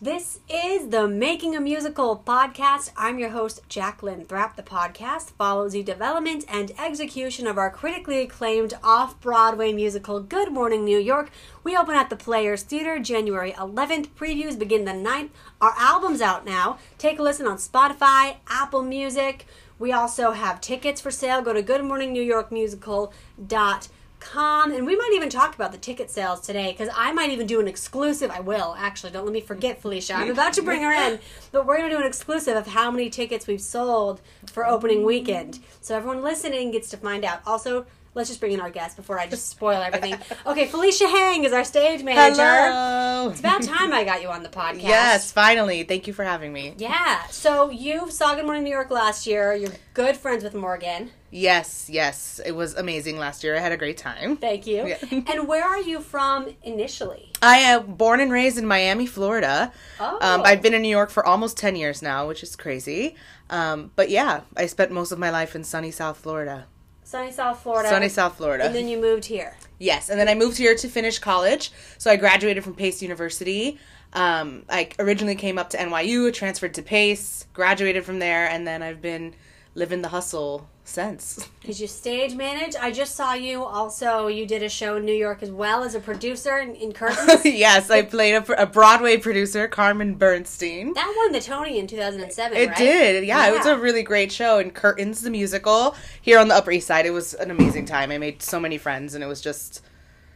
This is the Making a Musical podcast. I'm your host, Jacqueline Thrapp. The podcast follows the development and execution of our critically acclaimed off Broadway musical, Good Morning New York. We open at the Players Theater January 11th. Previews begin the 9th. Our album's out now. Take a listen on Spotify, Apple Music. We also have tickets for sale. Go to goodmorningnewyorkmusical.com com and we might even talk about the ticket sales today because i might even do an exclusive i will actually don't let me forget felicia i'm about to bring her in but we're going to do an exclusive of how many tickets we've sold for opening weekend so everyone listening gets to find out also let's just bring in our guest before i just spoil everything okay felicia hang is our stage manager Hello. it's about time i got you on the podcast Yes, finally. Thank you for having me. yeah so you saw good morning new york last year you're good friends with morgan Yes, yes. It was amazing last year. I had a great time. thank you Yeah. and where are you from initially I am born and raised in Miami, Florida. Oh. Um, I've been in New York for almost 10 years now, which is crazy. Um, but yeah, I spent most of my life in sunny South Florida. Sunny South Florida. Sunny South Florida. And then you moved here. Yes, and then I moved here to finish college. So I graduated from Pace University. Um, I originally came up to NYU, transferred to Pace, graduated from there, and then I've been living the hustle since. Because you stage manage. I just saw you also. You did a show in New York as well as a producer in, in Curtains. yes, I played a, a Broadway producer, Carmen Bernstein. that won the Tony in 2007, It right? did, yeah, It was Yeah. a really great show. And Curtains, the musical, here on the Upper East Side, it was an amazing time. I made so many friends, and it was just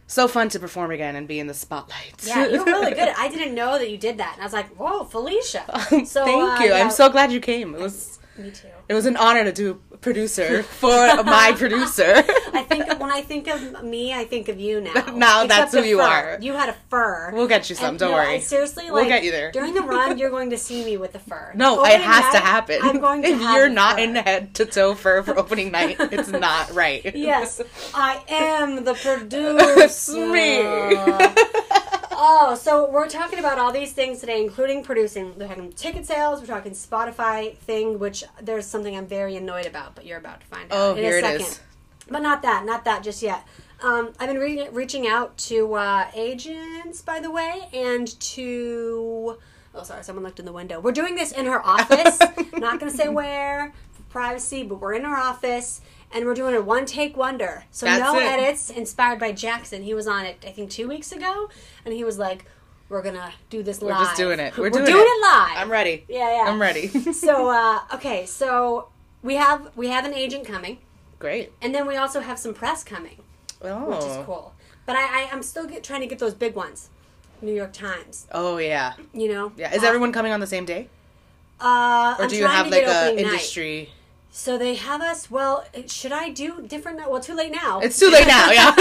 so fun to perform again and be in the spotlight. Yeah, you're really good. I didn't know that you did that. And I was like, whoa, Felicia. So, Thank uh, you. yeah, I'm so glad you came. It was Me too. It was an honor to do producer for my producer. I think when I think of me, I think of you now. Now Except that's the who you fur. are. You had a fur. We'll get you some, And, don't no, worry. I seriously, like, We'll get you there. During the run, you're going to see me with the fur. no, it Opening has to night, happen. I'm going to if have you're the not fur. in head to toe fur for opening night, it's not right. Yes, I am the producer. me. oh, so we're talking about all these things today, including producing. We're talking ticket sales. We're talking Spotify thing, which there's something I'm very annoyed about, but you're about to find out Oh, in here a it second. is. But not that, not that just yet. Um, I've been re- reaching out to uh, agents, by the way, and to. Oh, sorry, someone looked in the window. We're doing this in her office. Not going to say where, for privacy, but we're in her office, and we're doing a one take wonder. So That's no it. edits, inspired by Jackson. He was on it, I think, two weeks ago, and he was like, "We're gonna do this We're live. just doing it. We're, doing, it. live. I'm ready. Yeah, yeah. I'm ready. so uh, okay, so we have we have an agent coming. Great. And then we also have some press coming, Oh. which is cool. But I, I I'm still get, trying to get those big ones, New York Times. Oh yeah. You know. Yeah. Is everyone coming on the same day? Uh, Or I'm do you trying have to like get a opening night. industry So they have us. Well, should I do different? night- Well, too late now. It's too late now, yeah.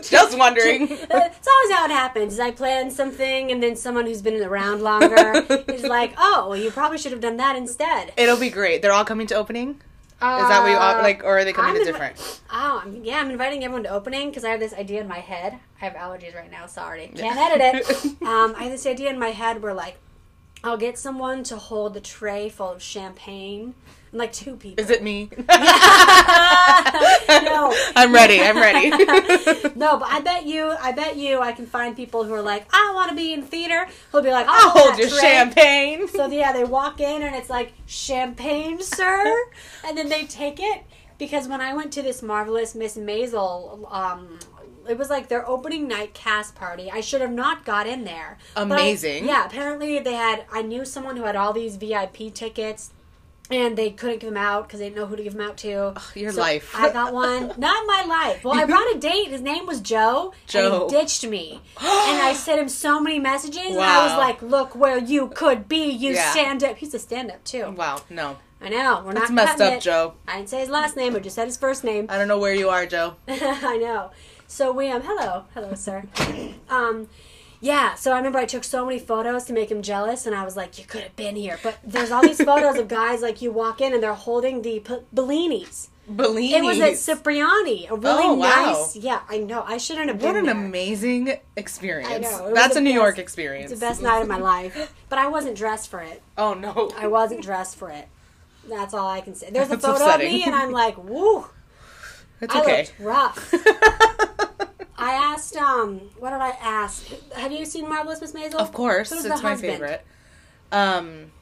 Just wondering. It's always how it happens. Is I plan something, and then someone who's been around longer is like, "Oh, well, you probably should have done that instead." It'll be great. They're all coming to opening? Is that what you all, like or are they coming I'm to invi- different? Oh, I'm, yeah, I'm inviting everyone to opening because I have this idea in my head. I have allergies right now, sorry. Can't edit it. um, I have this idea in my head where, like, I'll get someone to hold the tray full of champagne. And, like, two people. Is it me? no. I'm ready. I'm ready. No, but I bet you, I bet you I can find people who are like, I want to be in theater. He'll be like, I'll, I'll hold that your tray. champagne. So, yeah, they walk in and it's like, champagne, sir. and then they take it because when I went to this marvelous Miss Maisel, um, it was like their opening night cast party. I should have not got in there. But I- Amazing. yeah, apparently they had, I knew someone who had all these VIP tickets. And they couldn't give them out because they didn't know who to give them out to. your So life. I got one. Not my life. Well, I brought a date. His name was Joe. Joe. And he ditched me. and I sent him so many messages. And I was Wow. like, look where you could be, you Yeah. stand up. He's a stand up, too. Wow, no. I know. We're That's not messed cutting up, it. Joe. Uh, I didn't say his last name. I just said his first name. I don't know where you are, Joe. I know. So we um hello hello sir, um yeah. So I remember I took so many photos to make him jealous, and I was like, you could have been here. But there's all these photos of guys like you walk in and they're holding the p- Bellinis. Bellini. It was at Cipriani, a really Oh, wow. nice. Yeah, I know. I shouldn't have What been an there. amazing experience. I know, it was That's the a New best- York It's experience. the best night of my life. But I wasn't dressed for it. Oh no. I wasn't dressed for it. That's all I can say. There's a That's photo of me, upsetting. and I'm like, woo. It's I okay. looked rough. I asked, um, what did I ask? Have you seen Marvelous Miss Maisel? Of course, Who's it's the my husband? favorite. Um,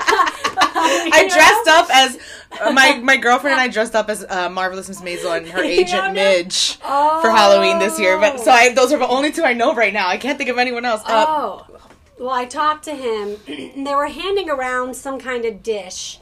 I dressed up as uh, my my girlfriend and I dressed up as uh, marvelous Miss Maisel and her agent Yeah, I know. Midge Oh. for Halloween this year. But so I those are the only two I know right now. I can't think of anyone else. Uh, Oh. Well, I talked to him. and they were handing around some kind of dish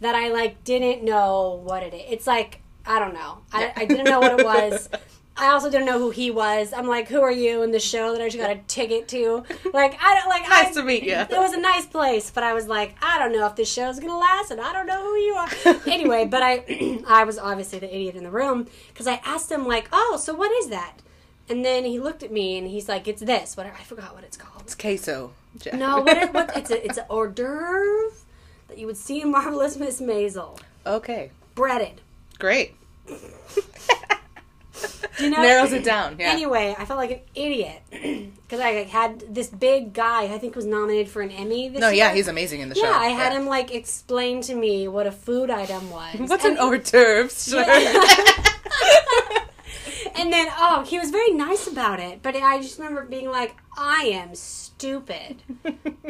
that I like didn't know what it is. It's like I don't know. I, I didn't know what it was. I also didn't know who he was. I'm like, who are you in the show that I just got a ticket to? Like I don't like. Nice I, to meet you. It was a nice place, but I was like, I don't know if this show's gonna last, and I don't know who you are. anyway, but I, I was obviously the idiot in the room because I asked him like, oh, so what is that? And then he looked at me and he's like, it's this. Whatever. I forgot what it's called. It's queso. Jack. No, what, it, what it's a, it's an hors d'oeuvre that you would see in Marvelous Miss Maisel, okay, breaded. great. You know, Narrows it down. Yeah. Anyway, I felt like an idiot because I like, had this big guy who I think was nominated for an Emmy. This no, yeah, year. he's amazing in the show. yeah. I had him like explain to me what a food item was. What's and, an hors d'oeuvre? Sure. And then oh, he was very nice about it, but I just remember being like, I am stupid.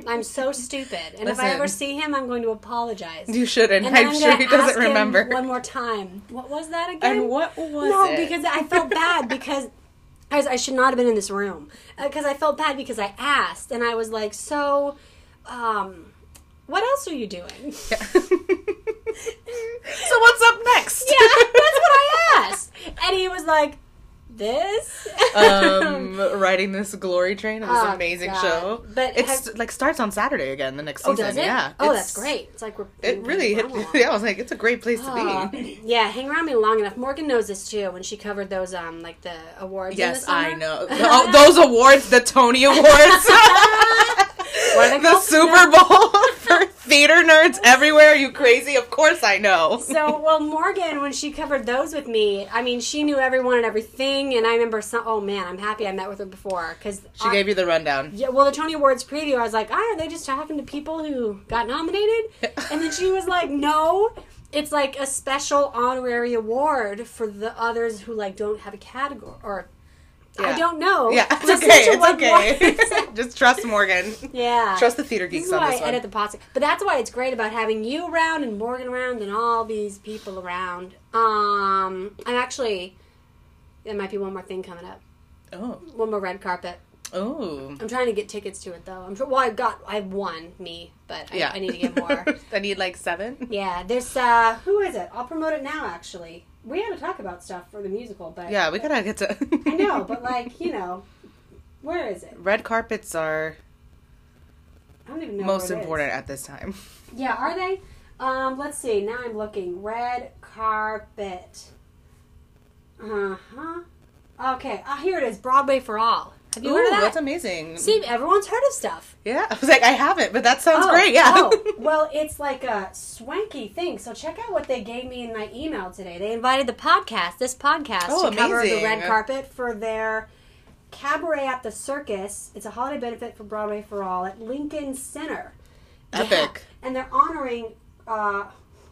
I'm so stupid, and if I Listen. ever see him, I'm going to apologize. you shouldn't. And then I'm, I'm sure gonna he doesn't ask him remember. one more time. What was that again? and what was no, it? because I felt bad because I, was, I should not have been in this room because I felt bad because I asked and I was like, so, um, what else are you doing? Yeah. so what's up next? Yeah, that's what I asked, and he was like, this. um, riding this glory train of this Oh, amazing God. show. But it's like starts on Saturday again the next oh, season. does it? Yeah. Oh, that's It's- great. It's like we're It really hit. Wow. Yeah, I was like, it's a great place Oh, to be. yeah, hang around me long enough. Morgan knows this too when she covered those um like the awards. in Yes, the summer. I know. oh, those awards, the Tony Awards, What are they the called? Super Bowl for theater nerds everywhere. Are you crazy? Of course I know. So, well, Morgan, when she covered those with me, I mean, she knew everyone and everything. And I remember, some, oh man, I'm happy I met with her before because she gave you the rundown. Yeah, well, the Tony Awards preview, I was like, ah, are they just talking to people who got nominated? and then she was like, no, it's like a special honorary award for the others who like don't have a category or. I Yeah. don't know. Yeah, it's Listen okay. to It's what okay. Morgan- Just trust Morgan. yeah. Trust the theater geeks This is on why this I one. edit the podcast. But that's why it's great about having you around and Morgan around and all these people around. Um, I'm actually there might be one more thing coming up. oh, One more red carpet. oh, I'm trying to get tickets to it though. I'm tr- well, I got I won me, but I, yeah. I need to get more. I need like seven. yeah, there's uh, who is it? I'll promote it now. Actually, we had to talk about stuff for the musical, but Yeah, we gotta get to. I know, but like you know, where is it? red carpets are I don't even know. most where it is. important at this time. Yeah, are they? Um, let's see. Now I'm looking. Red carpet. Uh huh. Okay. Ah, here it is. Broadway for all. Have you Ooh, heard of that? that's amazing. See, everyone's heard of stuff. Yeah, I was like, I haven't, but that sounds Oh, great. Yeah. oh. Well, it's like a swanky thing. So check out what they gave me in my email today. They invited the podcast, this podcast, Oh, to cover the amazing. red carpet for their cabaret at the circus. It's a holiday benefit for Broadway for all at Lincoln Center. Epic. Yeah. And they're honoring. Uh,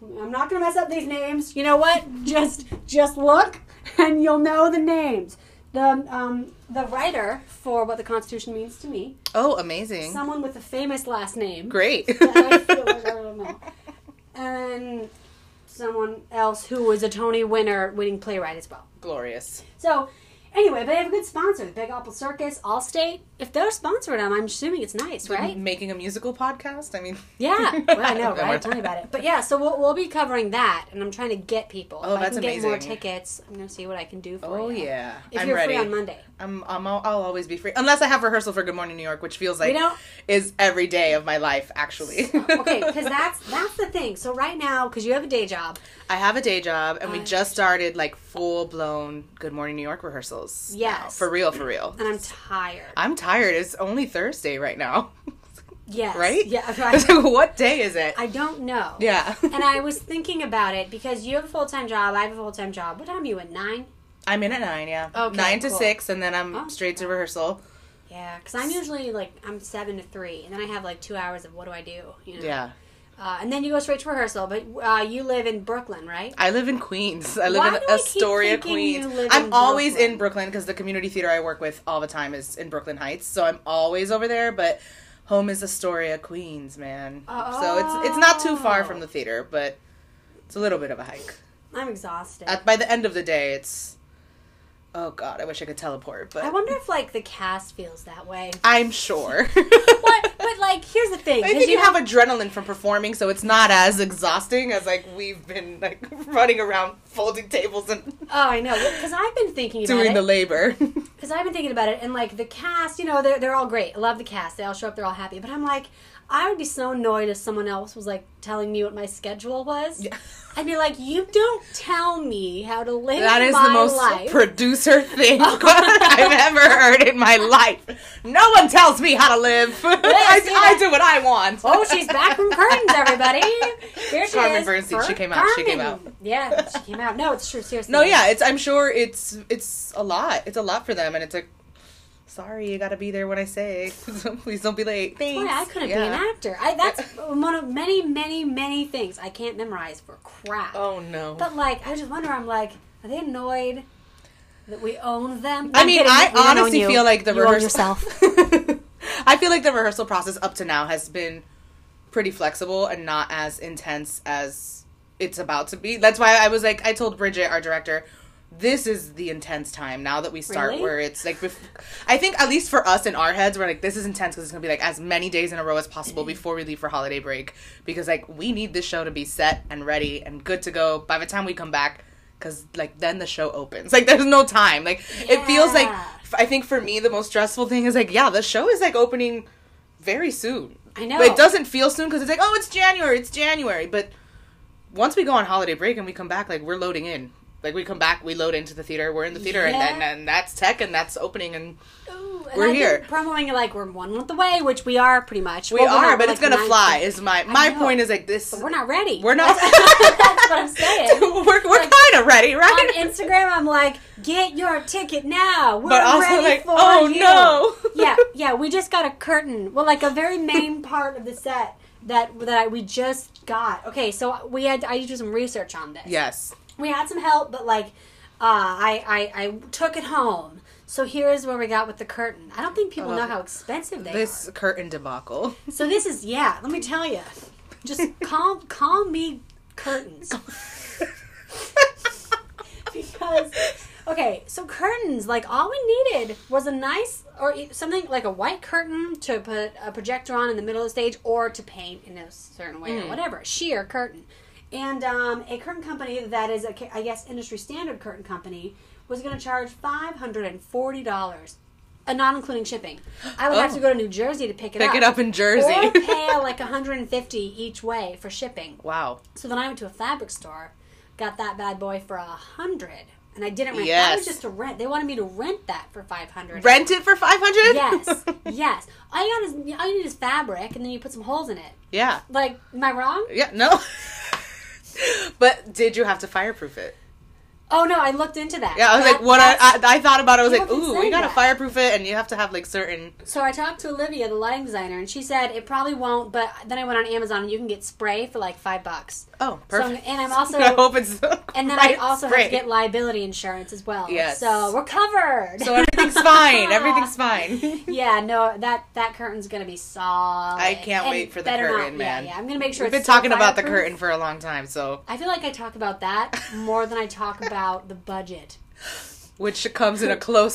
I'm not gonna mess up these names. You know what? Just just look, and you'll know the names. The um, the writer for what the Constitution means to me, Oh, amazing. someone with a famous last name. Great. I feel like I don't know. And someone else who was a Tony winner, winning playwright as well. Glorious. So, anyway, they have a good sponsor, the Big Apple Circus, Allstate. If they're sponsoring them, I'm assuming it's nice, right? Making a musical podcast. I mean, Yeah. Well, I know, Never right? Tell me mind. about it. But yeah, so we'll, we'll be covering that, and I'm trying to get people. Oh, if that's I can get more amazing. tickets, I'm going to see what I can do for Oh you. yeah, If I'm you're ready. free on Monday. I'm, I'm I'll, I'll always be free unless I have rehearsal for Good Morning New York, which feels like don't- is every day of my life. Actually, okay, because that's that's the thing. So right now, because you have a day job, I have a day job, and we just started like full blown Good Morning New York rehearsals. now. Yes. for real, for real. and I'm tired. I'm tired. It's only Thursday right now, Yes. right? Yeah. I was Right. like, what day is it? I don't know. yeah. and I was thinking about it because you have a full time job. I have a full time job. What time are you at nine? I'm in at nine, yeah. Okay, nine to cool. six, and then I'm Oh. straight to rehearsal. Yeah, because I'm usually like I'm seven to three, and then I have like two hours of what do I do? You know. Yeah. Uh, and then you go straight to rehearsal, but uh, you live in Brooklyn, right? I live in Queens. I live Why in do I keep Astoria, thinking Queens. you live I'm in always Brooklyn? in Brooklyn because the community theater I work with all the time is in Brooklyn Heights, so I'm always over there. But home is Astoria, Queens, man. So it's it's not too far from the theater, but it's a little bit of a hike. I'm exhausted. At, by the end of the day, it's oh god, I wish I could teleport, but I wonder if like the cast feels that way. I'm sure. But but like here's the thing. I 'cause think you know- have adrenaline from performing, so it's not as exhausting as like we've been like running around folding tables and Oh, I know. Because I've been thinking about doing it. the labor. because I've been thinking about it, and like the cast, you know, they're, they're all great. I love the cast. They all show up, they're all happy. But I'm like, I would be so annoyed if someone else was like telling me what my schedule was. I'd be like, you don't tell me how to live That is my the most life. Oh producer thing I've ever heard in my life. No one tells me how to live. I, see I that? do what I want. oh, she's back from curtains, everybody. Here she Carmen is. Bernstein, she Car- came out, she came Carmen. out. Yeah, she came out. No, it's true. Seriously. No, yeah, it's. I'm sure it's. It's a lot. It's a lot for them, and it's like, sorry, you got to be there when I say. Please don't be late. Thanks. Boy, I couldn't be an Yeah. actor. I, that's one of many, many, many things I can't memorize for crap. Oh no. But like, I just wonder. I'm like, are they annoyed that we own them? I mean, I honestly feel like the you rehearsal. own yourself. I feel like the rehearsal process up to now has been pretty flexible and not as intense as it's about to be. That's why I was like, I told Bridget, our director, this is the intense time now that we start Really? where it's like, bef- I think at least for us in our heads, we're like, this is intense because it's gonna be like as many days in a row as Mm-hmm. possible before we leave for holiday break because like we need this show to be set and ready and good to go by the time we come back because like then the show opens. Like there's no time. Like it feels like Yeah. f- I think for me the most stressful thing is like yeah the show is like opening very soon. I know. But it doesn't feel soon because it's like oh it's January it's January. But once we go on holiday break and we come back like we're loading in. Like we come back we load into the theater we're in the theater Yeah. and then and that's tech and that's opening and Ooh, and We're I've been here. promoting it like we're one month away, which we are pretty much. we Well, we're are not, but we're it's like gonna nine- fly is my my know. point is like this We're not ready. we're not That's what I'm saying. we're, we're kind of ready On right Instagram, I'm like, get your ticket now. We're But also, ready like, for oh, you." no. yeah, yeah. We just got a curtain. Well, like a very main part of the set that that I, we just got. Okay, so we had I did some research on this. yes we had some help, but like, uh, I, I I took it home. So here's where we got with the curtain. I don't think people know love how expensive they this curtain debacle. are. So this is yeah. Let me tell you, just calm call me curtains because okay. So curtains like all we needed was a nice or e- something like a white curtain to put a projector on in the middle of the stage or to paint in a certain Hmm. way or whatever sheer curtain. And um, a curtain company that is a ca- I guess industry standard curtain company was going to charge five hundred and forty dollars. Uh, not including shipping, I would have Oh. to go to New Jersey to pick it Pick up. it up in Jersey. or pay like 150 each way for shipping. wow. So then I went to a fabric store, got that bad boy for a hundred, and I didn't rent. That was Yes. just a rent. They wanted me to rent that for five hundred. Rent it for 500? Yes, yes. All you got is all you need is fabric, and then you put some holes in it. yeah. Like, am I wrong? Yeah, no. but did you have to fireproof it? Oh no, I looked into that. Yeah, I was That- like, what I, that's- I, I thought about it, I was You like, haven't ooh, said you gotta that. fireproof it and you have to have like certain. So I talked to Olivia, the lighting designer, and she said it probably won't. But then I went on Amazon, and you can get spray for like five bucks. Oh, So I'm- perfect. and I'm also- I hope it's. And then I also have to get liability insurance as well. Yes. So we're covered. So everything's fine. Everything's fine. Yeah, no, that that curtain's gonna be solid. I can't And wait for the better curtain, man. Yeah, yeah, I'm gonna make sure. We've it's been talking still about the fireproof. curtain for a long time, so. I feel like I talk about that more than I talk about the budget. Which comes in a close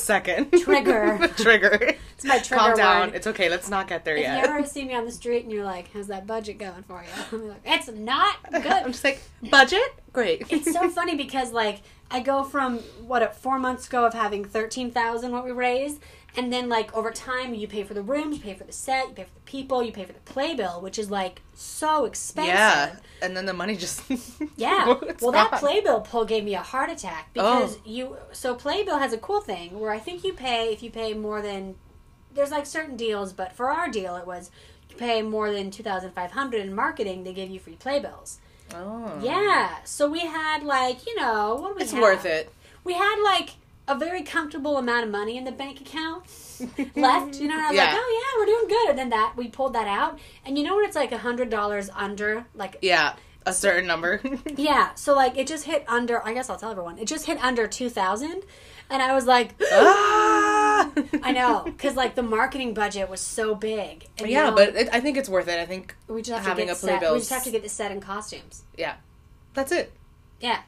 second. Trigger. trigger. It's my Calm trigger down. word. It's okay. Let's not get there If yet. you ever see me on the street and you're like, "How's that budget going for you?" I'm like, "It's not I'm good." just like, budget? Great. it's so funny because like I go from what uh, four months ago of having thirteen thousand what we raised, and then like over time you pay for the rooms, you pay for the set, you pay for the people, you pay for the playbill, which is like so expensive. Yeah, and then the money just Yeah. It's well, that gone. Playbill pull gave me a heart attack Oh. because you. So Playbill has a cool thing where I think you pay if you pay more than. There's like certain deals, but for our deal, it was you pay more than two thousand five hundred in marketing. They give you free Playbills. Oh. Yeah. So we had like you know what do we It's have? worth it. We had like a very comfortable amount of money in the bank account left. You know, and I was like, Yeah. oh yeah, we're doing good. And then that we pulled that out, and you know when it's like a hundred dollars under, like Yeah, a certain number. yeah, so like it just hit under. I guess I'll tell everyone it just hit under two thousand, and I was like, ah! I know, because like the marketing budget was so big. And Yeah, now but it, I think it's worth it. I think we just have having to get a play set. bill. We just have to get the set in costumes. yeah, that's it, Yeah,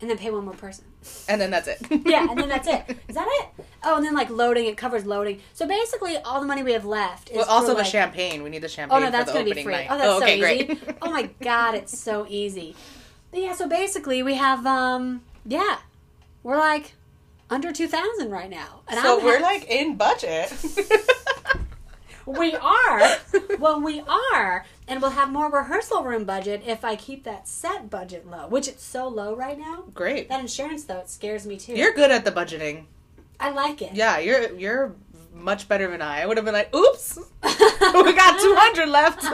and then pay one more person. and then that's it. yeah, and then that's it. Is that it? Oh, and then like loading, it covers loading. So basically, all the money we have left is Well, also for, the like, champagne. We need the champagne Oh no, that's for the gonna be opening free. night. Oh, that's okay, so easy. great. oh my god, it's so easy. But yeah, so basically, we have um, yeah, we're like under two thousand right now, and So I'm we're ha- like in budget. we are. well, we are, and we'll have more rehearsal room budget if I keep that set budget low, which it's so low right now. Great. That insurance though, it scares me too. You're good at the budgeting. I like it. Yeah, you're you're much better than I. I would have been like, "Oops, we got 200 left.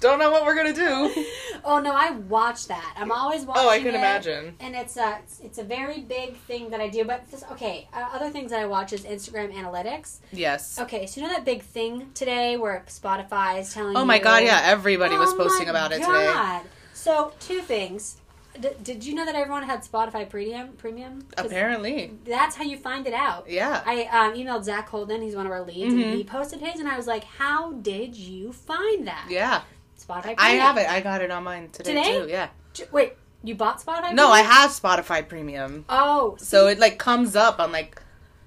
Don't know what we're gonna do." Oh no, I watch that. I'm always watching. Oh, I can it, imagine. And it's a it's, it's a very big thing that I do. But this, okay, uh, other things that I watch is Instagram analytics. Yes. Okay, so you know that big thing today where Spotify is telling. Oh my you- god, yeah, everybody was Oh posting my about it today. God. So two things. D- did you know that everyone had Spotify Premium? Premium. 'Cause Apparently. That's how you find it out. Yeah. I um, emailed Zach Holden. He's one of our leads, Mhm. and he posted his, and I was like, "How did you find that?" yeah. Spotify. Premium. I have it. I got it on mine today, Today? too. Yeah. J- Wait, you bought Spotify? No, I Premium? have Spotify Premium. Oh, So it like comes up on like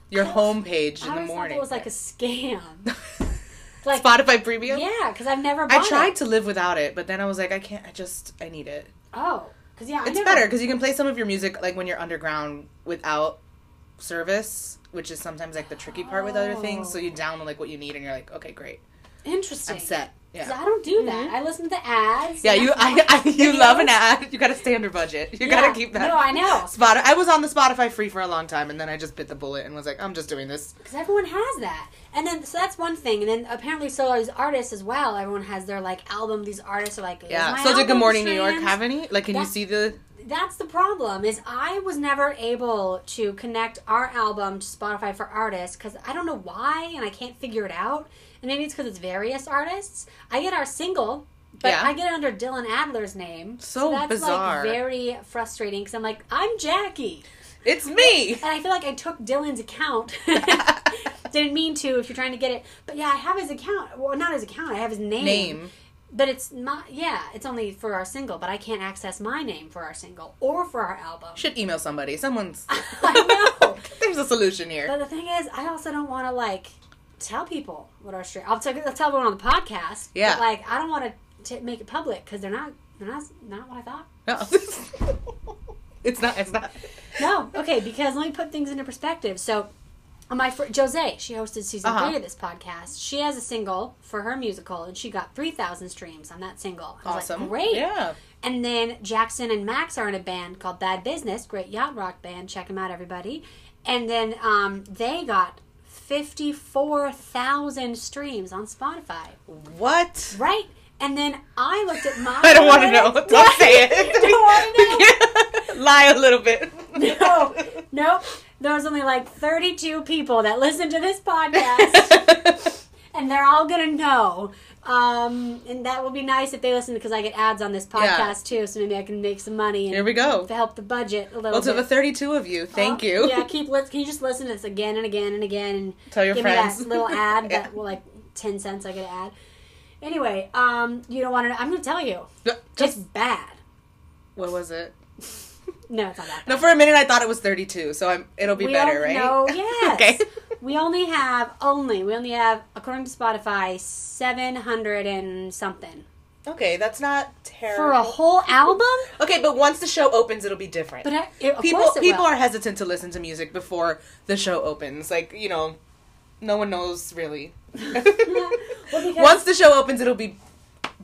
your I always- homepage I in the always thought morning. that was like a scam. Like, Spotify Premium? yeah, because I've never. Bought I tried It. to live without it, but then I was like, I can't. I just, I need it. Oh, because yeah, I It's never- better because you can play some of your music like when you're underground without service, which is sometimes like the tricky part with other things. So you Oh. download like what you need, and you're like, okay, great, Interesting. I'm set. 'Cause Yeah, Mm-hmm. I don't do that. I listen to the ads. yeah. You, I, I you Videos. love an ad. You gotta stay under budget. You Yeah. gotta keep that. No, I know. Spot. I was on the Spotify free for a long time, and then I just bit the bullet and was like, I'm just doing this. Because everyone has that. And then, so that's one thing. And then apparently, so are these artists as well. Everyone has their like album. These artists are like, Yeah. "Here's my So did Good album Morning New York streams." have any? Like, can you That's- see the? that's the problem is i was never able to connect our album to spotify for artists because i don't know why and i can't figure it out and maybe it's because it's various artists i get our single but Yeah. i get it under dylan adler's name So that's bizarre. like very frustrating because i'm like i'm jackie It's me. and i feel like i took dylan's account didn't mean to if you're trying to get it but yeah i have his account well not his account i have his Name. but it's not. Yeah, it's only for our single. But I can't access my name for our single or for our album. Should email somebody. Someone's. I know. There's a solution here. But the thing is, I also don't want to like tell people what our stream. I'll, tell I'll tell everyone on the podcast. Yeah. But, like I don't want to make it public because they're not. They're not. Not what I thought. No. it's not. It's not. No. Okay. Because let me put things into perspective. So. My friend Jose, she hosted season Uh-huh. three of this podcast. She has a single for her musical, and she got three thousand streams on that single. I was like, Awesome. great! Yeah. And then Jackson and Max are in a band called Bad Business, great yacht rock band. Check them out, everybody. And then um, they got 54,000 streams on Spotify, What? right? And then I looked at my. I don't want to know. Don't say it. don't want to know. Lie a little bit. No, nope. There was only like 32 people that listened to this podcast. and they're all gonna know. Um, and that will be nice if they listen because I get ads on this podcast too, so maybe I can make some money and Here we go. to help the budget a little Well, to bit. the 32 of you, thank Oh, you. Yeah, keep. Let's. Can you just listen to this again and again and again and Tell your give friends. me that little ad Yeah. that will like ten cents I get an ad. Anyway, um, you don't want to. I'm gonna tell you, it's Just bad. what was it? No, it's not that. Bad. No, for a minute I thought it was 32, so I'm, it'll be we better, don't right? know- yes. okay. We only have only we only have according to Spotify seven hundred and something Okay, that's not terrible. for a whole album. okay, but once the show opens, it'll be different. But I, it, of people course it people will. are hesitant to listen to music before the show opens. Like you know, no one knows really. Well, because- Once the show opens, it'll be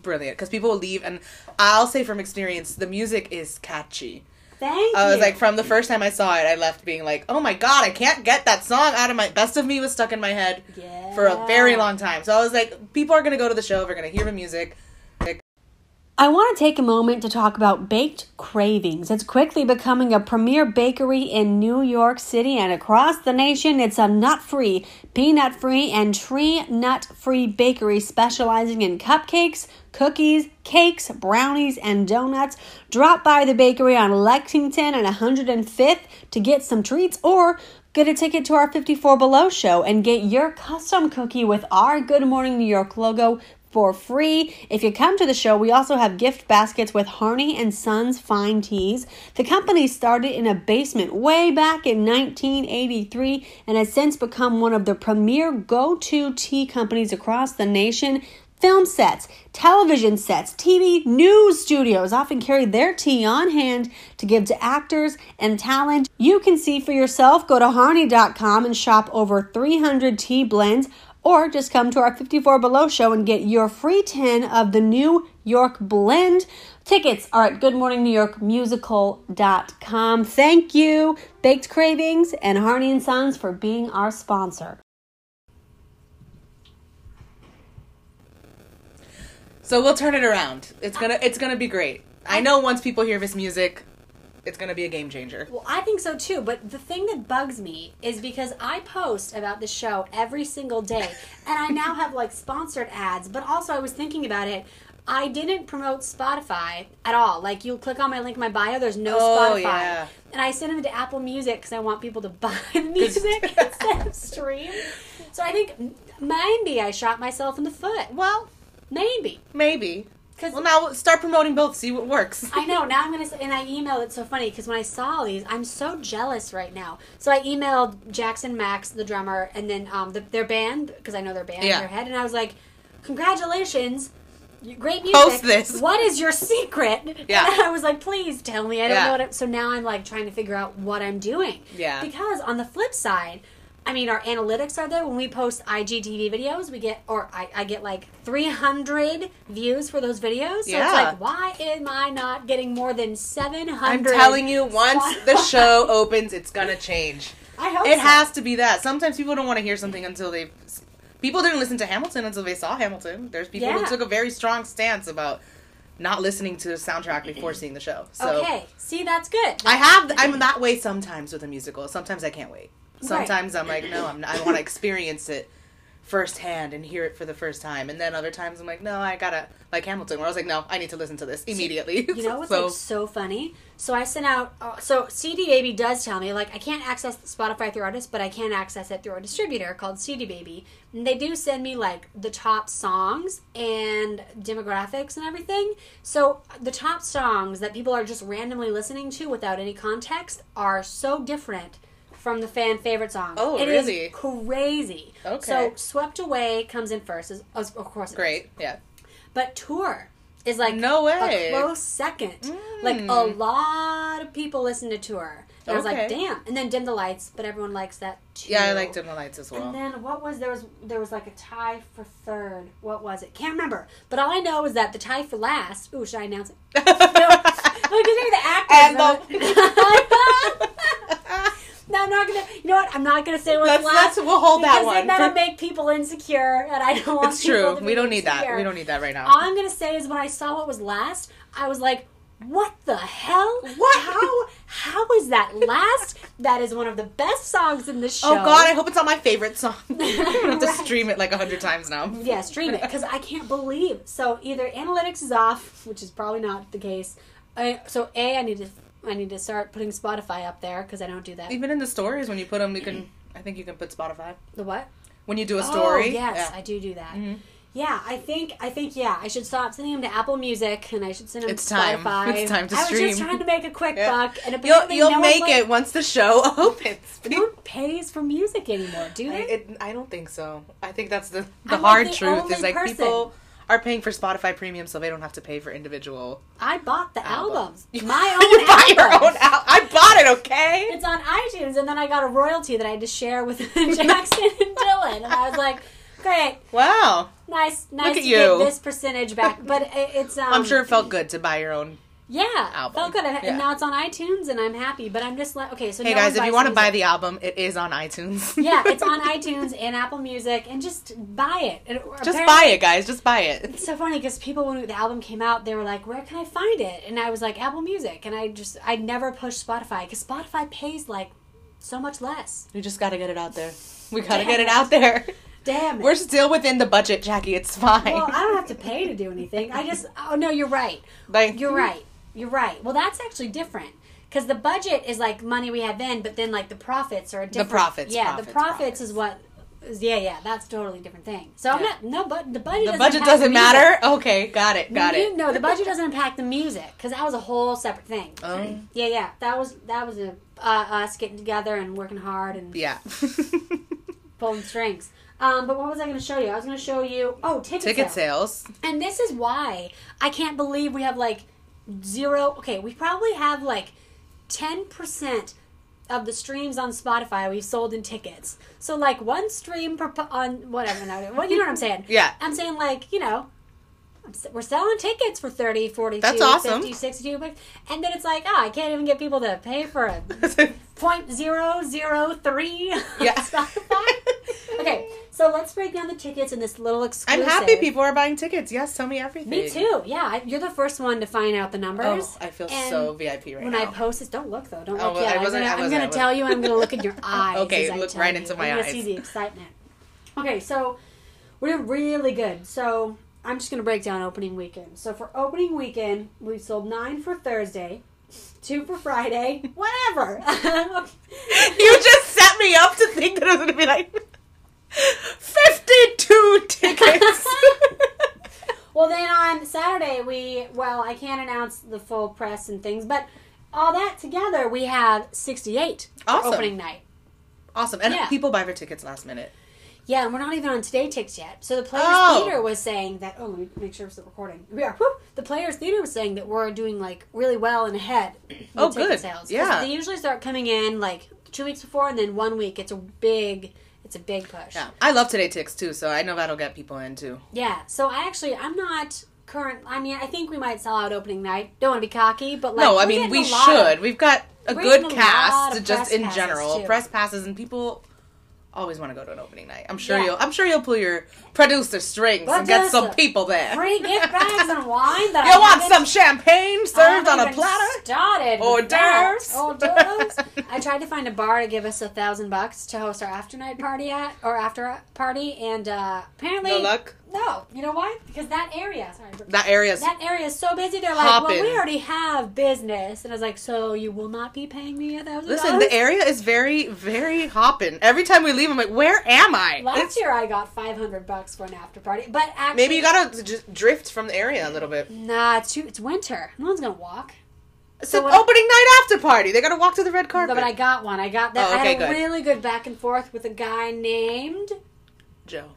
brilliant because people will leave, and I'll say from experience, the music is catchy. Thank I was you. like, from the first time I saw it, I left being like, oh my god, I can't get that song out of my. Best of Me was stuck in my head yeah. for a very long time. So I was like, people are gonna go to the show, they're gonna hear the music. Like, I want to take a moment to talk about Baked Cravings. It's quickly becoming a premier bakery in New York City and across the nation. It's a nut free, peanut free, and tree nut free bakery specializing in cupcakes, cookies, cakes, brownies, and donuts. Drop by the bakery on Lexington and 105th to get some treats or Get a ticket to our 54 Below show and get your custom cookie with our Good Morning New York logo for free. If you come to the show, we also have gift baskets with Harney and Sons fine teas. The company started in a basement way back in 1983 and has since become one of the premier go-to tea companies across the nation. Film sets, television sets, TV news studios often carry their tea on hand to give to actors and talent. You can see for yourself. Go to harney.com and shop over 300 tea blends or just come to our 54 Below show and get your free 10 of the New York Blend. Tickets are at goodmorningnewyorkmusical.com. Thank you, Baked Cravings and Harney and Sons for being our sponsor. So we'll turn it around. It's gonna it's gonna be great. I know once people hear this music, it's gonna be a game changer. Well, I think so too, but the thing that bugs me is because I post about the show every single day, and I now have like sponsored ads, but also I was thinking about it. I didn't promote Spotify at all. Like, you click on my link in my bio, there's no Oh, Spotify. yeah. And I sent them to Apple Music because I want people to buy the music instead of stream. So I think m- maybe I shot myself in the foot. Well, Maybe. maybe. 'Cause- Well, now start promoting both. See what works. I know. Now I'm gonna say, and I emailed. It's so funny because when I saw these, I'm so jealous right now. So I emailed Jackson Max, the drummer, and then um the, their band because I know their band, Yeah. their head, and I was like, "Congratulations, you- great music. Post this. What is your secret?" Yeah. And I was like, "Please tell me. I don't Yeah. know what." I'm, so now I'm like trying to figure out what I'm doing. Yeah. Because on the flip side. I mean, our analytics are there. When we post IGTV videos, we get, or I, I get like 300 views for those videos. So Yeah. it's like, why am I not getting more than 700? I'm telling you, once the show opens, it's gonna change. I hope It so. has to be that. Sometimes people don't want to hear something until they. People didn't listen to Hamilton until they saw Hamilton. There's people who Yeah. took a very strong stance about not listening to the soundtrack before seeing the show. So Okay, see, that's good. I have. I'm that way sometimes with a musical. Sometimes I can't wait. Sometimes I'm like, no, I'm, I want to experience it firsthand and hear it for the first time. And then other times I'm like, no, I gotta like Hamilton, where I was like, no, I need to listen to this immediately. You know what's so like so funny? So I sent out. Uh, so CD Baby does tell me like I can't access Spotify through artists, but I can access it through a distributor called CD Baby, and they do send me like the top songs and demographics and everything. So the top songs that people are just randomly listening to without any context are so different from the fan favorite songs. Oh, It is really? crazy. Okay. So swept away comes in first. Is, of course, it is. great, yeah. But tour is like No a way. close second. Like a lot of people listen to tour. And I was like, Mm. Okay. damn. And then dim the lights, but everyone likes that too. Yeah, I like Dim the Lights as well. And then what was there was there was like a tie for third. What was it? Can't remember. But all I know is that the tie for last. Ooh, should I announce it? No, look at me, the actors. And the- No, I'm not gonna. You know what? I'm not gonna say what's Let's- last. let's- we'll hold that because one. Then that'll make people insecure, and I don't want. it's people true. to be We don't need that. insecure. We don't need that right now. All I'm gonna say is when I saw what was last, I was like, "What the hell? What? How? How is that last? that is one of the best songs in the show." oh God, I hope it's not my favorite song. I have to Right. stream it like a hundred times now. yeah, stream it because I can't believe. So either analytics is off, which is probably not the case. I, so a, I need to I need to start putting Spotify up there because I don't do that. Even in the stories, when you put them, you can. I think you can put Spotify The what? when you do a Oh, story. yes, yeah. Mm-hmm. I do do that. Yeah, I think I think yeah, I should stop sending them to Apple Music and I should send them It's to time. Spotify. It's time to I was stream. just trying to make a quick Yeah. buck, and You'll, apparently you'll no make one it once the show opens. No one pays for music anymore, do I, they? it, I don't think so. I think that's the the I'm like hard the truth only is like person. people are paying for Spotify Premium, so they don't have to pay for individual. I bought the albums. You- My you own buy your albums. own al- I bought it. Okay. It's on iTunes, and then I got a royalty that I had to share with Jackson and Dylan, and I was like, great, Wow. nice, nice at to you. get this percentage back. But it, it's um, I'm sure it felt good to buy your own Yeah, Album. felt good, and, Yeah. and now it's on iTunes, and I'm happy. But I'm just like, okay, so Hey no one guys, if buys you want to music. buy the album, it is on iTunes. yeah, it's on iTunes and Apple Music, and just buy it. And Just apparently- buy it, guys. Just buy it. It's so funny because people, when the album came out, they were like, "Where can I find it?" And I was like, "Apple Music." And I just, I never pushed Spotify because Spotify pays like so much less. We just gotta get it out there. We gotta Damn get it it. out there. Damn it. We're still within the budget, Jackie. It's fine. well, I don't have to pay to do anything. I just, oh no, you're right. like, You're right. You're right. Well, that's actually different because the budget is like money we have in, but then like the profits are a different. profits, Yeah, the profits, profits, profits. is what. is- Yeah, yeah, that's a totally different thing. So I'm Yeah. not no, but the budget The doesn't budget impact doesn't the music. matter. Okay, got it, got You- it. No, the budget doesn't impact the music because that was a whole separate thing. Oh. Yeah, yeah, that was that was a, uh, us getting together and working hard and Yeah. pulling strings. Um, but what was I going to show you? I was going to show you oh ticket Ticket sales. sales. And this is why I can't believe we have like zero. Okay, we probably have like 10% of the streams on Spotify we've sold in tickets. So, like, one stream per, po- on whatever. No, what, you know what I'm saying? Yeah. I'm saying, like, you know. I'm s- We're selling tickets for 30, 42, That's awesome. 50, 62 bucks. And then it's like, oh, I can't even get people to pay for a point zero zero three Yeah. Spotify. Okay, so let's break down the tickets in this little I'm exclusive. happy people are buying tickets. Yes, tell me everything. Me too. Yeah, I- you're the first one to find out the numbers. Oh, I feel And so VIP right When now. I post this, don't look though. Don't Oh, look well, I yet. I'm wasn't- gonna- I I'm wasn't- gonna, I tell you, and I'm gonna look in your eyes. Okay, as I look tell right you. into my I'm eyes. gonna see the excitement. Okay, so we're really good. So I'm just gonna break down opening weekend. So for opening weekend, we sold nine for Thursday, two for Friday, whatever. You just set me up to think that I was gonna be like fifty-two tickets. Well, then on Saturday, we, well, I can't announce the full press and things, but all that together, we have 68 for Awesome. opening night. awesome, and Yeah. people buy their tickets last minute. Yeah, and we're not even on today ticks yet. So the Players Oh. Theater was saying that, oh, let me make sure it's recording. Yeah, whew. the Players Theater was saying that we're doing like really well and ahead. with Oh, ticket good. Sales. 'Cause Yeah. They usually start coming in like two weeks before, and then one week, it's a big, it's a big push. Yeah, I love today ticks too, so I know that'll get people in too. Yeah, so I actually I'm not current. I mean, I think we might sell out opening night. Don't want to be cocky, but like no, we're I mean getting we a lot of- should. We've got a We're good getting a lot cast, of just press in passes, general, too. press passes, and people always want to go to an opening night. I'm sure Yeah. you'll. I'm sure you'll pull your producer strings and get some Producer. people there. free gift bags and wine. That Oh You I want haven't- some champagne I served haven't on a even platter? Started. Hors with that. d'oeuvres? Hors d'oeuvres. I tried to find a bar to give us a thousand bucks to host our after night party at or after party, and uh, apparently No luck. No, you know why? Because that area. Sorry. That area's That area is so busy. They're like, Hopping. "Well, we already have business," and I was like, "So you will not be paying me a thousand dollars?" Listen, the area is very, very hopping. Every time we leave, I'm like, where am I? Last It's- year I got 500 bucks for an after party, but actually, Mm-hmm. maybe you gotta just drift from the area a little bit. Nah, it's too, it's winter. No one's gonna walk. It's So an what I- opening night after party. They gotta walk to the red No, carpet. but I got one. I got that. Oh, okay, I had a good. really good back and forth with a guy named Joe.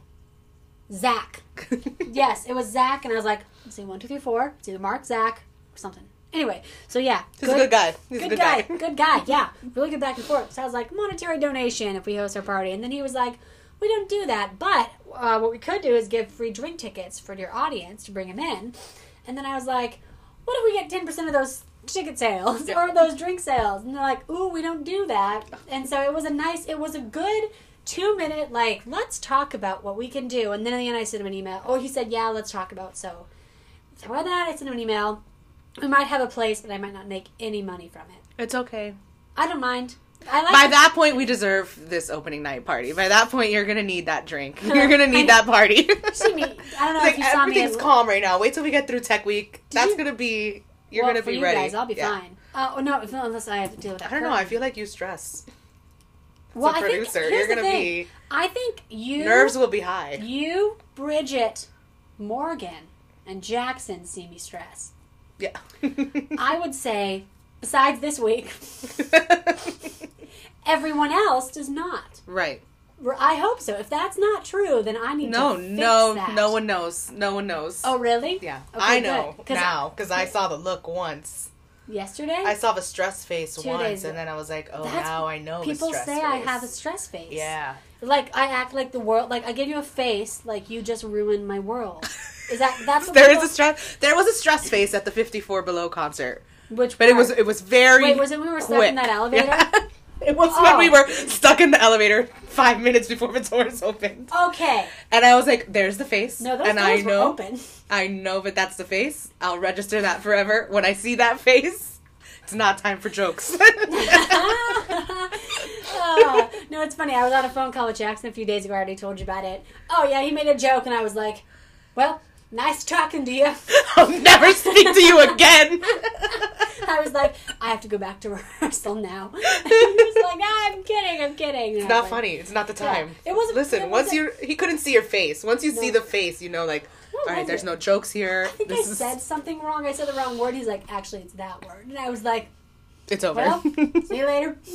Zach. Yes, it was Zach, and I was like, let's see, one, two, three, four. It's either Mark, Zach, or something. Anyway, so yeah, He's a good guy. He's Good, a good guy. guy. Good guy. Yeah. Really good back and forth. So I was like, monetary donation if we host our party. And then he was like, we don't do that. But uh, what we could do is give free drink tickets for your audience to bring them in. And then I was like, what if we get 10% of those ticket sales Yeah. or those drink sales? And they're like, ooh, we don't do that. And so it was a nice, it was a good two minute, like, let's talk about what we can do. And then in the end, I sent him an email. Oh, he said, yeah, let's talk about. So, so with that, I sent him an email. We might have a place, but I might not make any money from it. It's okay. I don't mind. I like By it. that point, we deserve this opening night party. By that point, you're gonna need that drink. You're gonna need that party. See me. I don't know like if you saw me. everything's in- calm right now. Wait till we get through Tech Week. That's you- gonna be. You're well, gonna for be you ready. Guys, I'll be Yeah. fine. Uh, oh no, if- unless I have to deal with that. I don't know. curtain. I feel like you stress. well, a I think- producer, here's you're the gonna thing. be- I think you Nerves will be high. You, Bridget, Morgan, and Jackson see me stress. Yeah. I would say, besides this week, everyone else does not. right. Or I hope so. If that's not true, then I need No, to fix no, that. no one knows. No one knows. Oh really? yeah. Okay, I know good. 'Cause now because I saw the look once. Yesterday, I saw the stress face Two once, days and then I was like, oh, That's- now I know the people stress say I face. have a stress face. Yeah. Like I act like the world. Like I give you a face. Like you just ruined my world. Is that that's what There people- is a stress. There was a stress face at the 54 Below concert, which but it part? was it was very. Wait, was it when we were stuck in quick. that elevator? Yeah. It was Oh. when we were stuck in the elevator five minutes before the doors opened, okay. and I was like, "There's the face," No, those and doors I were know, open. I know that that's the face. I'll register that forever. When I see that face, it's not time for jokes. Oh, no, it's funny. I was on a phone call with Jackson a few days ago. I already told you about it. Oh yeah, he made a joke, and I was like, "Well, nice talking to you." I'll never speak to you again. I was like, "I have to go back to rehearsal now." And he was like, "Ah, "I'm kidding. I'm kidding." It's not funny. It's not the time. It wasn't- Listen, it once wasn't- you he couldn't see your face. Once you see the face, you know, like, all right, was there's it? no jokes here. I think I said something wrong. I said the wrong word. He's like, "Actually, it's that word," and I was like, it's over. "Well, see you later.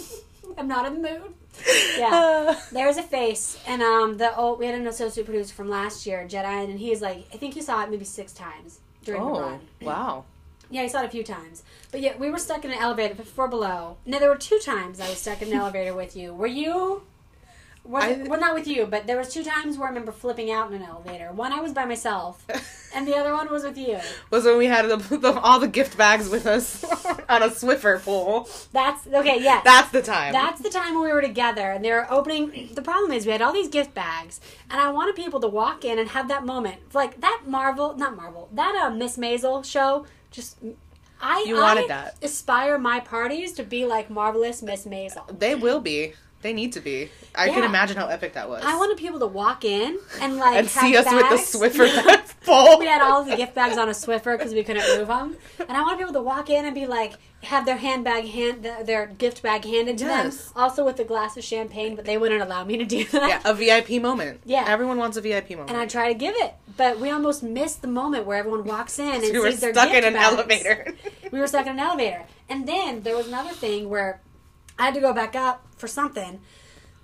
I'm not in the mood." Uh, oh, Yeah. There's a face, and um, the old we had an associate producer from last year, Jedi, and he's like, I think he saw it maybe six times during the oh run. wow. Yeah, he saw it a few times. But yeah, we were stuck in an elevator before below. No, there were two times I was stuck in an elevator with you. Were you? Was I- it- well, not with you, but there was two times where I remember flipping out in an elevator. One I was by myself, and the other one was with you. Was when we had the, the, all the gift bags with us on a Swiffer pool. That's okay. Yes. That's the time. That's the time when we were together and they were opening. The problem is, we had all these gift bags, and I wanted people to walk in and have that moment. Like that Marvel, not Marvel, that uh, Miss Maisel show. Just, I. You wanted I that. Aspire my parties to be like Marvelous Miss Maisel. they will be. They need to be. I can Yeah. imagine how epic that was. I wanted people to walk in and like and have see us bags. with the Swiffer pool. we had all the gift bags on a Swiffer because we couldn't move them. And I wanted people to walk in and be like, have their handbag hand, their- their gift bag handed to Yes. them, also with a glass of champagne, but they wouldn't allow me to do that. Yeah, a VIP moment. Yeah. Everyone wants a VIP moment. And I try to give it, but we almost missed the moment where everyone walks in and we were sees their stuck gift in an bags. elevator. We were stuck in an elevator, and then there was another thing where I had to go back up for something.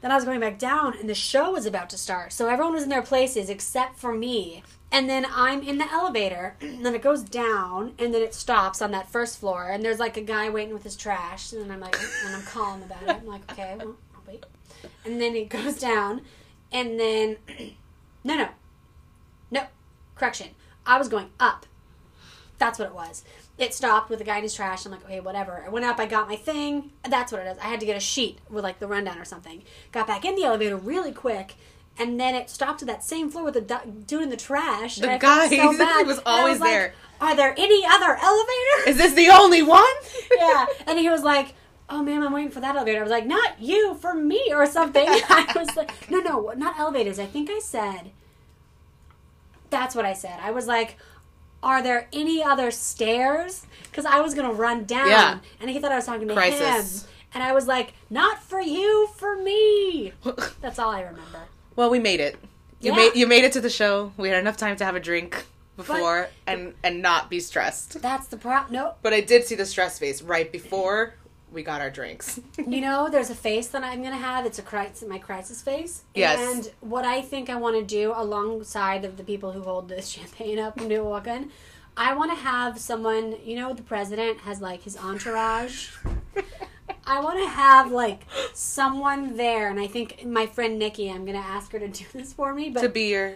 Then I was going back down, and the show was about to start, so everyone was in their places except for me. And then I'm in the elevator, and then it goes down, and then it stops on that first floor, and there's like a guy waiting with his trash, and then I'm like, and I'm calm about it. I'm like, okay, well, I'll wait. And then it goes down, and then no, no. No. Correction. I was going up. That's what it was. It stopped with the guy in his trash. I'm like, okay, whatever. I went up, I got my thing. That's what it is. I had to get a sheet with like the rundown or something. Got back in the elevator really quick. And then it stopped at that same floor with the du- dude in the trash. The and I felt guy, he so bad. was And I always like, there. Are there any other elevators? Is this the only one? yeah. And he was like, Oh, ma'am, I'm waiting for that elevator. I was like, Not you, for me, or something. I was like, No, no, not elevators. I think I said, That's what I said. I was like, Are there any other stairs? Because I was going to run down. Yeah. And he thought I was talking to Crisis. him. And I was like, Not for you, for me. That's all I remember. Well, we made it. You Yeah. made you made it to the show. We had enough time to have a drink before and and not be stressed. That's the problem. Nope. But I did see the stress face right before we got our drinks. You know, there's a face that I'm gonna have. It's a crisis, my crisis face. Yes. And what I think I want to do alongside of the people who hold this champagne up and do a walk in, I want to have someone. You know, the president has like his entourage. I want to have like someone there, and I think my friend Nikki. I'm gonna ask her to do this for me, but to be your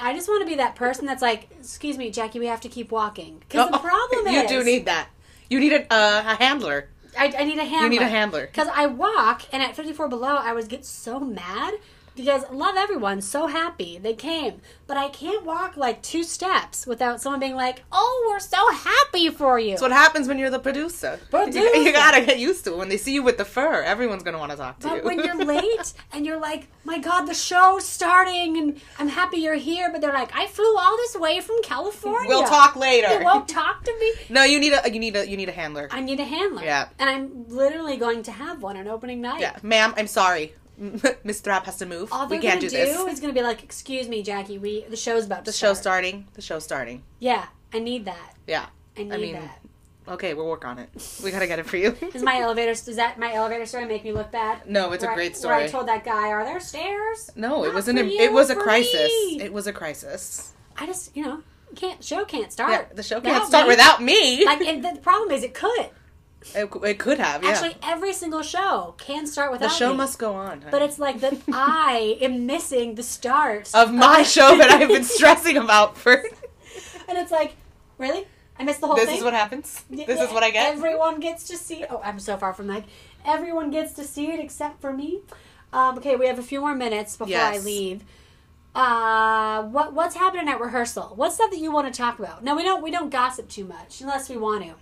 I just want to be that person that's like, "Excuse me, Jackie, we have to keep walking." Because the Oh, problem you is, do need that. You need a uh, a handler. I, I need a handler. You need a handler. Because I walk, and at 54 Below, I was get so mad because love everyone, so happy they came, but I can't walk like two steps without someone being like, "Oh, we're so happy for you." That's what happens when you're the producer. Producer. You, you gotta get used to it. When they see you with the fur, everyone's gonna want to talk to you. but when you're late and you're like, "My God, the show's starting," and I'm happy you're here, but they're like, "I flew all this way from California." we'll talk later. You won't talk to me. No, you need a you need a you need a handler. I need a handler. Yeah. And I'm literally going to have one on opening night. Yeah, ma'am, I'm sorry. Miss Thrap has to move. All we they're can't gonna do do, this. is gonna be like, "Excuse me, Jackie, we the show's about to The show's starting. The show's starting. Yeah, I need that. Yeah. I need mean- that. Okay, we'll work on it. We gotta get it for you. Is my elevator does that my elevator story make me look bad? No, it's a Where I- great Where I story. told that guy, are there stairs? no, it Not wasn't. for A, you, it was a for crisis. me. It was a crisis. I just you know can't show can't start. Yeah, the show without can't start me. without me. Like and the problem is it could it, c- it could have. Yeah. actually every single show can start the without show me. must go on. honey. But it's like that I am missing the start of my show that I've been stressing about for and it's like, really? I missed the whole This thing. is what happens. Yeah, This is what I get. Everyone gets to see. Oh, I'm so far from like everyone gets to see it except for me. Um, okay, we have a few more minutes before I Yes. leave. Uh, what what's happening at rehearsal? What's stuff that you want to talk about? No, we don't. We don't gossip too much unless we want to.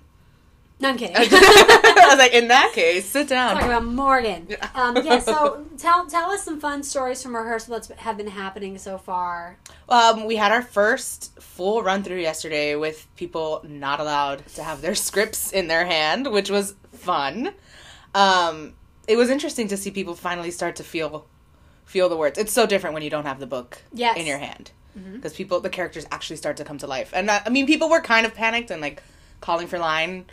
No, I'm kidding. I was like, in that case, sit down. Talk about Morgan. Um, yeah. So tell tell us some fun stories from rehearsal that's have been happening so far. Um, we had our first full run through yesterday with people not allowed to have their scripts in their hand, which was fun. Um, it was interesting to see people finally start to feel feel the words. It's so different when you don't have the book Yes. Mm-hmm. in your hand because people the characters actually start to come to life. And uh, I, I mean, people were kind of panicked and like calling for line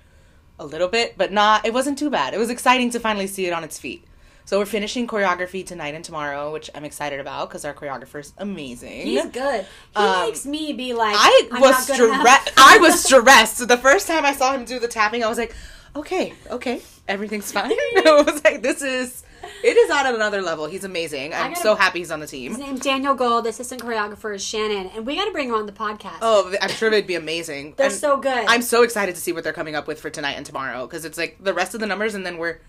a little bit, but not. It wasn't too bad. It was exciting to finally see it on its feet. So we're finishing choreography tonight and tomorrow, which I'm excited about because our choreographer is amazing. He's good. He Um, makes me be like I I'm was not good enough. stressed. I was stressed. So the first time I saw him do the tapping, I was like, "Okay, okay, everything's fine." I was like, "This is, it is on another level." He's amazing. I'm gotta- so happy he's on the His team. name's Daniel Gold. The assistant choreographer is Shannon, and we got to bring her on the podcast. Oh, I'm sure they'd be amazing. They're I'm- so good. I'm so excited to see what they're coming up with for tonight and tomorrow because it's like the rest of the numbers, and then we're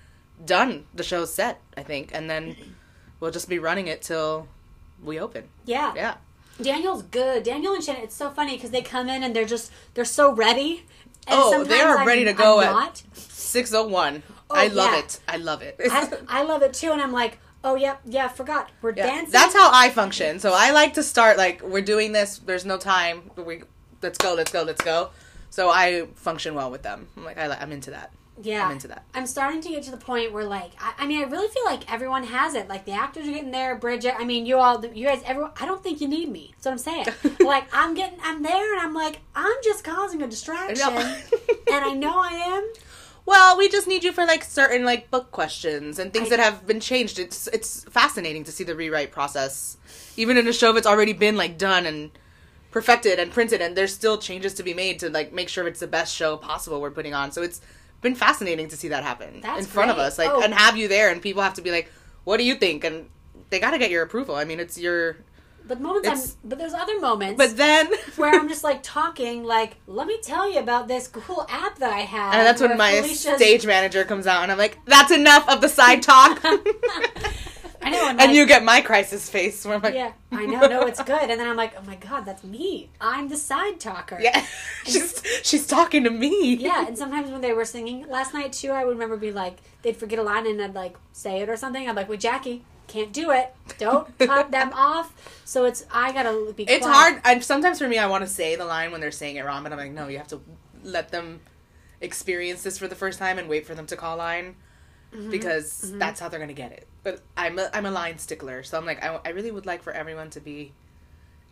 done. The show's set, I think, and then we'll just be running it till we open. yeah. Yeah. Daniel's good. Daniel and Shannon. It's so funny because they come in and they're just they're so ready. And Oh, sometimes they are I'm- ready to go I'm at- not. 601. I love Oh, yeah. it. I love it. I, I love it too, and I'm like, oh yeah, yeah, I forgot we're Yeah, dancing. That's how I function. So I like to start like we're doing this. There's no time. We let's go, let's go, let's go. So I function well with them. I'm like I, li- I'm into that. yeah. I'm into that. I'm starting to get to the point where like I, I mean I really feel like everyone has it. Like the actors are getting there, Bridget. I mean you all you guys everyone I don't think you need me. That's what I'm saying. like I'm getting I'm there and I'm like I'm just causing a distraction. and I know I am. well, we just need you for like certain like book questions and things I- that have been changed. It's it's fascinating to see the rewrite process, even in a show that's already been like done and perfected and printed, and there's still changes to be made to like make sure it's the best show possible we're putting on. So it's been fascinating to see that happen That's in front of great. us, like Oh. and have you there, and people have to be like, "What do you think?" and they got to get your approval. I mean, it's your. But moments It's- I'm but there's other moments But then where I'm just like talking like, let me tell you about this cool app that I have. And that's where when my Felicia's- stage manager comes out, and I'm like, "That's enough of the side talk." I know, I'm and like- you get my crisis face, where I'm like, Yeah, I know, no, it's good. And then I'm like, oh my god, that's me. I'm the side talker. yeah, she's she's talking to me." Yeah, and sometimes when they were singing last night too, I would remember be like, they'd forget a line and I'd like say it or something. I'm like, well, Jackie, can't do it. Don't cut them off. So it's I gotta be. it's quiet. hard. And sometimes for me, I want to say the line when they're saying it wrong, but I'm like, no, you have to let them experience this for the first time and wait for them to call line Mm-hmm, because that's how they're gonna get it. But I'm a, I'm a line stickler, so I'm like, I, I really would like for everyone to be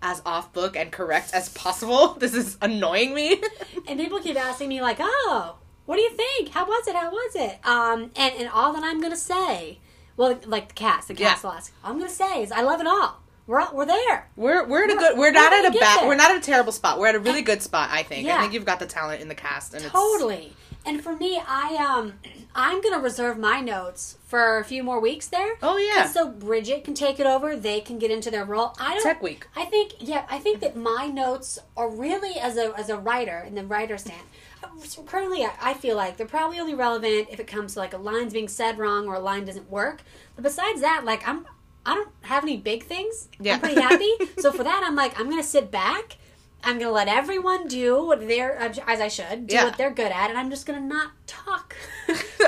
as off book and correct as possible. This is annoying me. And people keep asking me like, "Oh, what do you think? How was it? How was it?" Um, and and all that I'm gonna say, well, like the cast, the cast Yeah. will ask. All I'm gonna say is, "I love it all. We're all, we're there." We're we're at a We're- good. We're how not did at we get a bad. there? We're not at a terrible spot. We're at a really good spot. I think. Yeah. I think you've got the talent in the cast, and it's Totally. And for me, I um, I'm gonna reserve my notes for a few more weeks there. Oh yeah, So Bridget can take it over. They can get into their role. I don't. tech week. I think yeah, I think that my notes are really as a as a writer in the writer stand. So currently, I, I feel like they're probably only relevant if it comes to like a line's being said wrong or a line doesn't work. But besides that, like I'm I don't have any big things. Yeah. I'm pretty happy. so for that, I'm like I'm gonna sit back. I'm gonna let everyone do what they're as I should do Yeah. what they're good at, and I'm just gonna not talk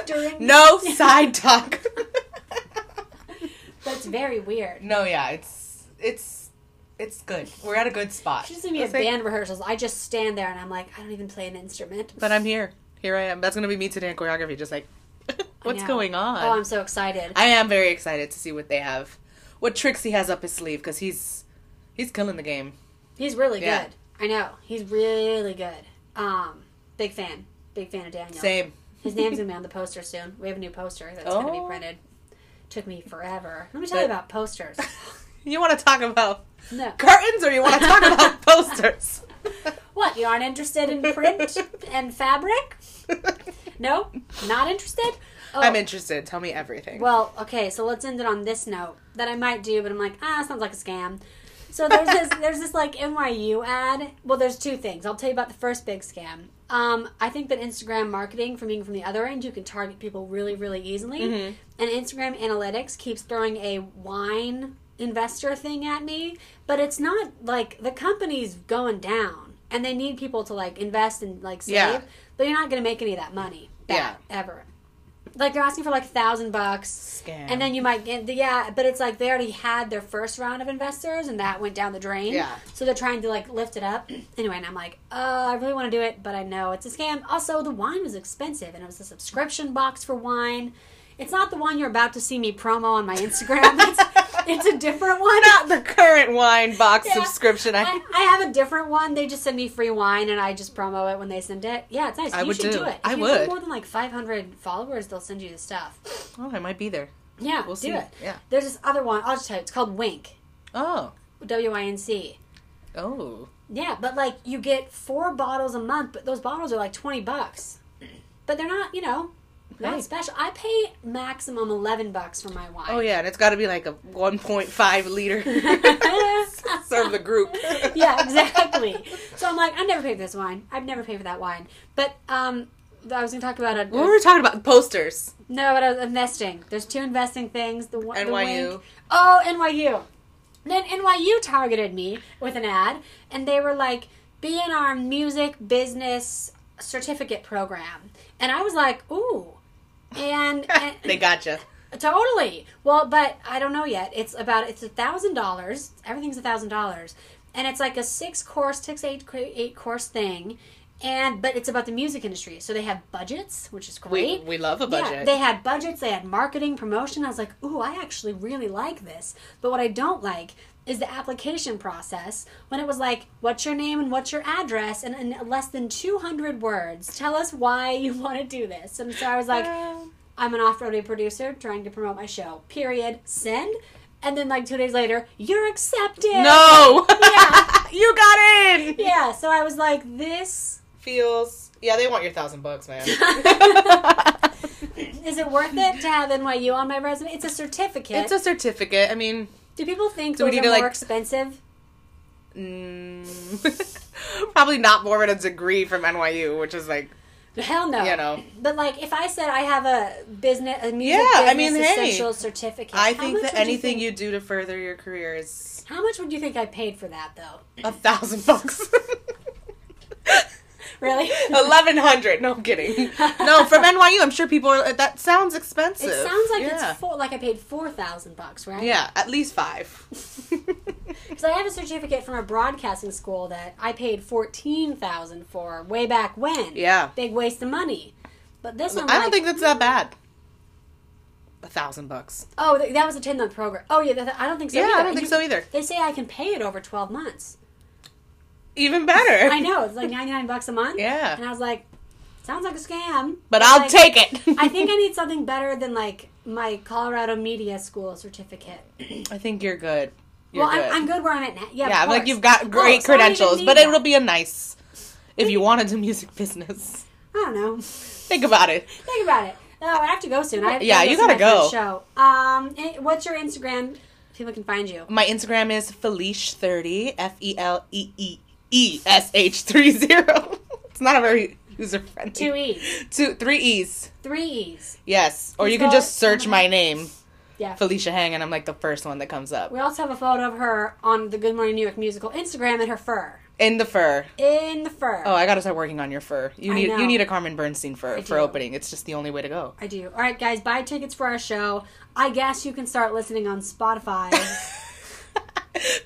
during. no side talk. that's very weird. no, yeah, it's it's it's good. We're at a good spot. She's gonna be at It's like- band rehearsals. I just stand there and I'm like, I don't even play an instrument. but I'm here. Here I am. That's gonna be me today in choreography. Just like, what's know. going on? oh, I'm so excited. I am very excited to see what they have, what tricks he has up his sleeve, because he's he's killing the game. He's really Yeah. good. I know he's really good. Um, big fan, big fan of Daniel. Same. His name's gonna be on the poster soon. We have a new poster that's gonna be Oh. printed. Took me forever. Let me tell you But- about posters. You want to talk about No, curtains, or you want to talk about posters? what? You aren't interested in print and fabric? No, not interested. Oh, I'm interested. Tell me everything. Well, okay, so let's end it on this note that I might do, but I'm like, ah, sounds like a scam. So there's this there's this like NYU ad. Well, there's two things. I'll tell you about the first big scam. Um, I think that Instagram marketing, from being from the other end, you can target people really, really easily. And Instagram analytics keeps throwing a wine investor thing at me, but it's not like the company's going down, and they need people to like invest and like save. Yeah. But you're not going to make any of that money. back, Ever. Like they're asking for like a thousand bucks. Scam. And then you might get the, yeah, but it's like they already had their first round of investors and that went down the drain. Yeah. So they're trying to like lift it up. anyway, and I'm like, uh, I really want to do it, but I know it's a scam. Also, the wine was expensive and it was a subscription box for wine. It's not the one you're about to see me promo on my Instagram. It's, it's a different one. not the current wine box Yeah. subscription. I, I, I have a different one. They just send me free wine and I just promo it when they send it. Yeah, it's nice. I you would should do, too. it. If I you would. have more than like 500 followers, they'll send you the stuff. oh, I might be there. Yeah, We'll do see. it. Yeah. There's this other one. I'll just tell you. It's called Wink. Oh, W I N C. oh, Yeah, but like you get four bottles a month, but those bottles are like twenty bucks. But they're not, you know, not Hey. special. I pay maximum eleven bucks for my wine. oh yeah, and it's got to be like a 1.5 liter. Serve the group. yeah, exactly. So I'm like, I never paid for this wine. I've never paid for that wine. But um, I was gonna talk about a What were we talking about? Posters. no, but I was investing. There's two investing things. The one, NYU. The wink. Oh, NYU. Then NYU targeted me with an ad, and they were like, "Be in our music business certificate program," and I was like, "Ooh." And, and they gotcha. Totally. Well, but I don't know yet. It's about it's a thousand dollars. Everything's a thousand dollars, and it's like a six course, six eight eight course thing, and but it's about the music industry. So they have budgets, which is We great. we love a Yeah, budget. they had budgets, they had marketing, promotion. I was like, ooh, I actually really like this. But what I don't like is the application process when it was like, what's your name and what's your address? And in less than 200 words, tell us why you want to do this. And so I was like, Uh. I'm an off roadway producer trying to promote my show, period, send. And then like two days later, you're accepted. no, Yeah. you got in. yeah. So I was like, this Feels. Yeah, they want your thousand bucks, man. is it worth it to have NYU on my resume? It's a certificate. it's a certificate. I mean, Do people think Do we those need are to, more like- expensive? mm, probably not more than a degree from NYU, which is like Hell no. You know. But like, if I said I have a business, a music business Yeah, I mean, hey. essential certificate, I how think much that would anything you, you, do to further your career is think- how much would you think I paid for that though? a thousand bucks. Really? Eleven hundred. No I'm kidding. No, from NYU, I'm sure people are. That sounds expensive. It sounds like yeah. it's four, like I paid four thousand bucks, right? Yeah, at least five. Because I have a certificate from a broadcasting school that I paid fourteen thousand for way back when. yeah, Big waste of money. But this one, I don't like- think that's that bad. A thousand bucks. Oh, th- that was a ten month program. Oh yeah, th- th- I don't think so. Yeah, either. I don't And think you- so either. They say I can pay it over twelve months. Even better. I know it's like ninety nine bucks a month. Yeah. And I was like, sounds like a scam. But I'll like- take it. I think I need something better than like my Colorado Media School certificate. I think you're good. You're Well, good. I'm, I'm good where I'm at now. Yeah, yeah, of like course. you've got Of great course, I don't even credentials, need but that. it'll be a nice if you want to do music business. I don't know. Think about it. Think about it. Oh, I have to go soon. I have to Yeah, go you see gotta my friend's go. Show. Um, eh, what's your Instagram? People can find you. My Instagram is Felish30, F E L E E E S H 30. It's not a very user friendly. Two E's, Two, three E's. three E's. Yes. Or You you can spell just it search somehow? my name, Yeah. Felicia Hang, and I'm like the first one that comes up. We also have a photo of her on the Good Morning New York musical Instagram in her fur. In the fur. In the fur. Oh, I gotta start working on your fur. You I need know. you need a Carmen Bernstein fur for do. opening. It's just the only way to go. I do. All right, guys, buy tickets for our show. I guess you can start listening on Spotify.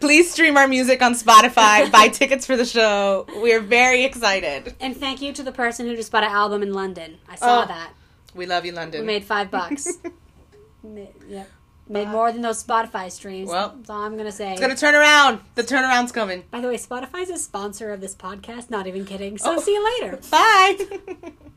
Please stream our music on Spotify. Buy tickets for the show. We are very excited. And thank you to the person who just bought an album in London. I saw Oh. that. We love you, London. We made five bucks. Ma- yep. Made more than those Spotify streams. Well, That's all I'm going to say. it's gonna turn around. The turnaround's coming. By the way, Spotify's a sponsor of this podcast. Not even kidding. So Oh. see you later. Bye.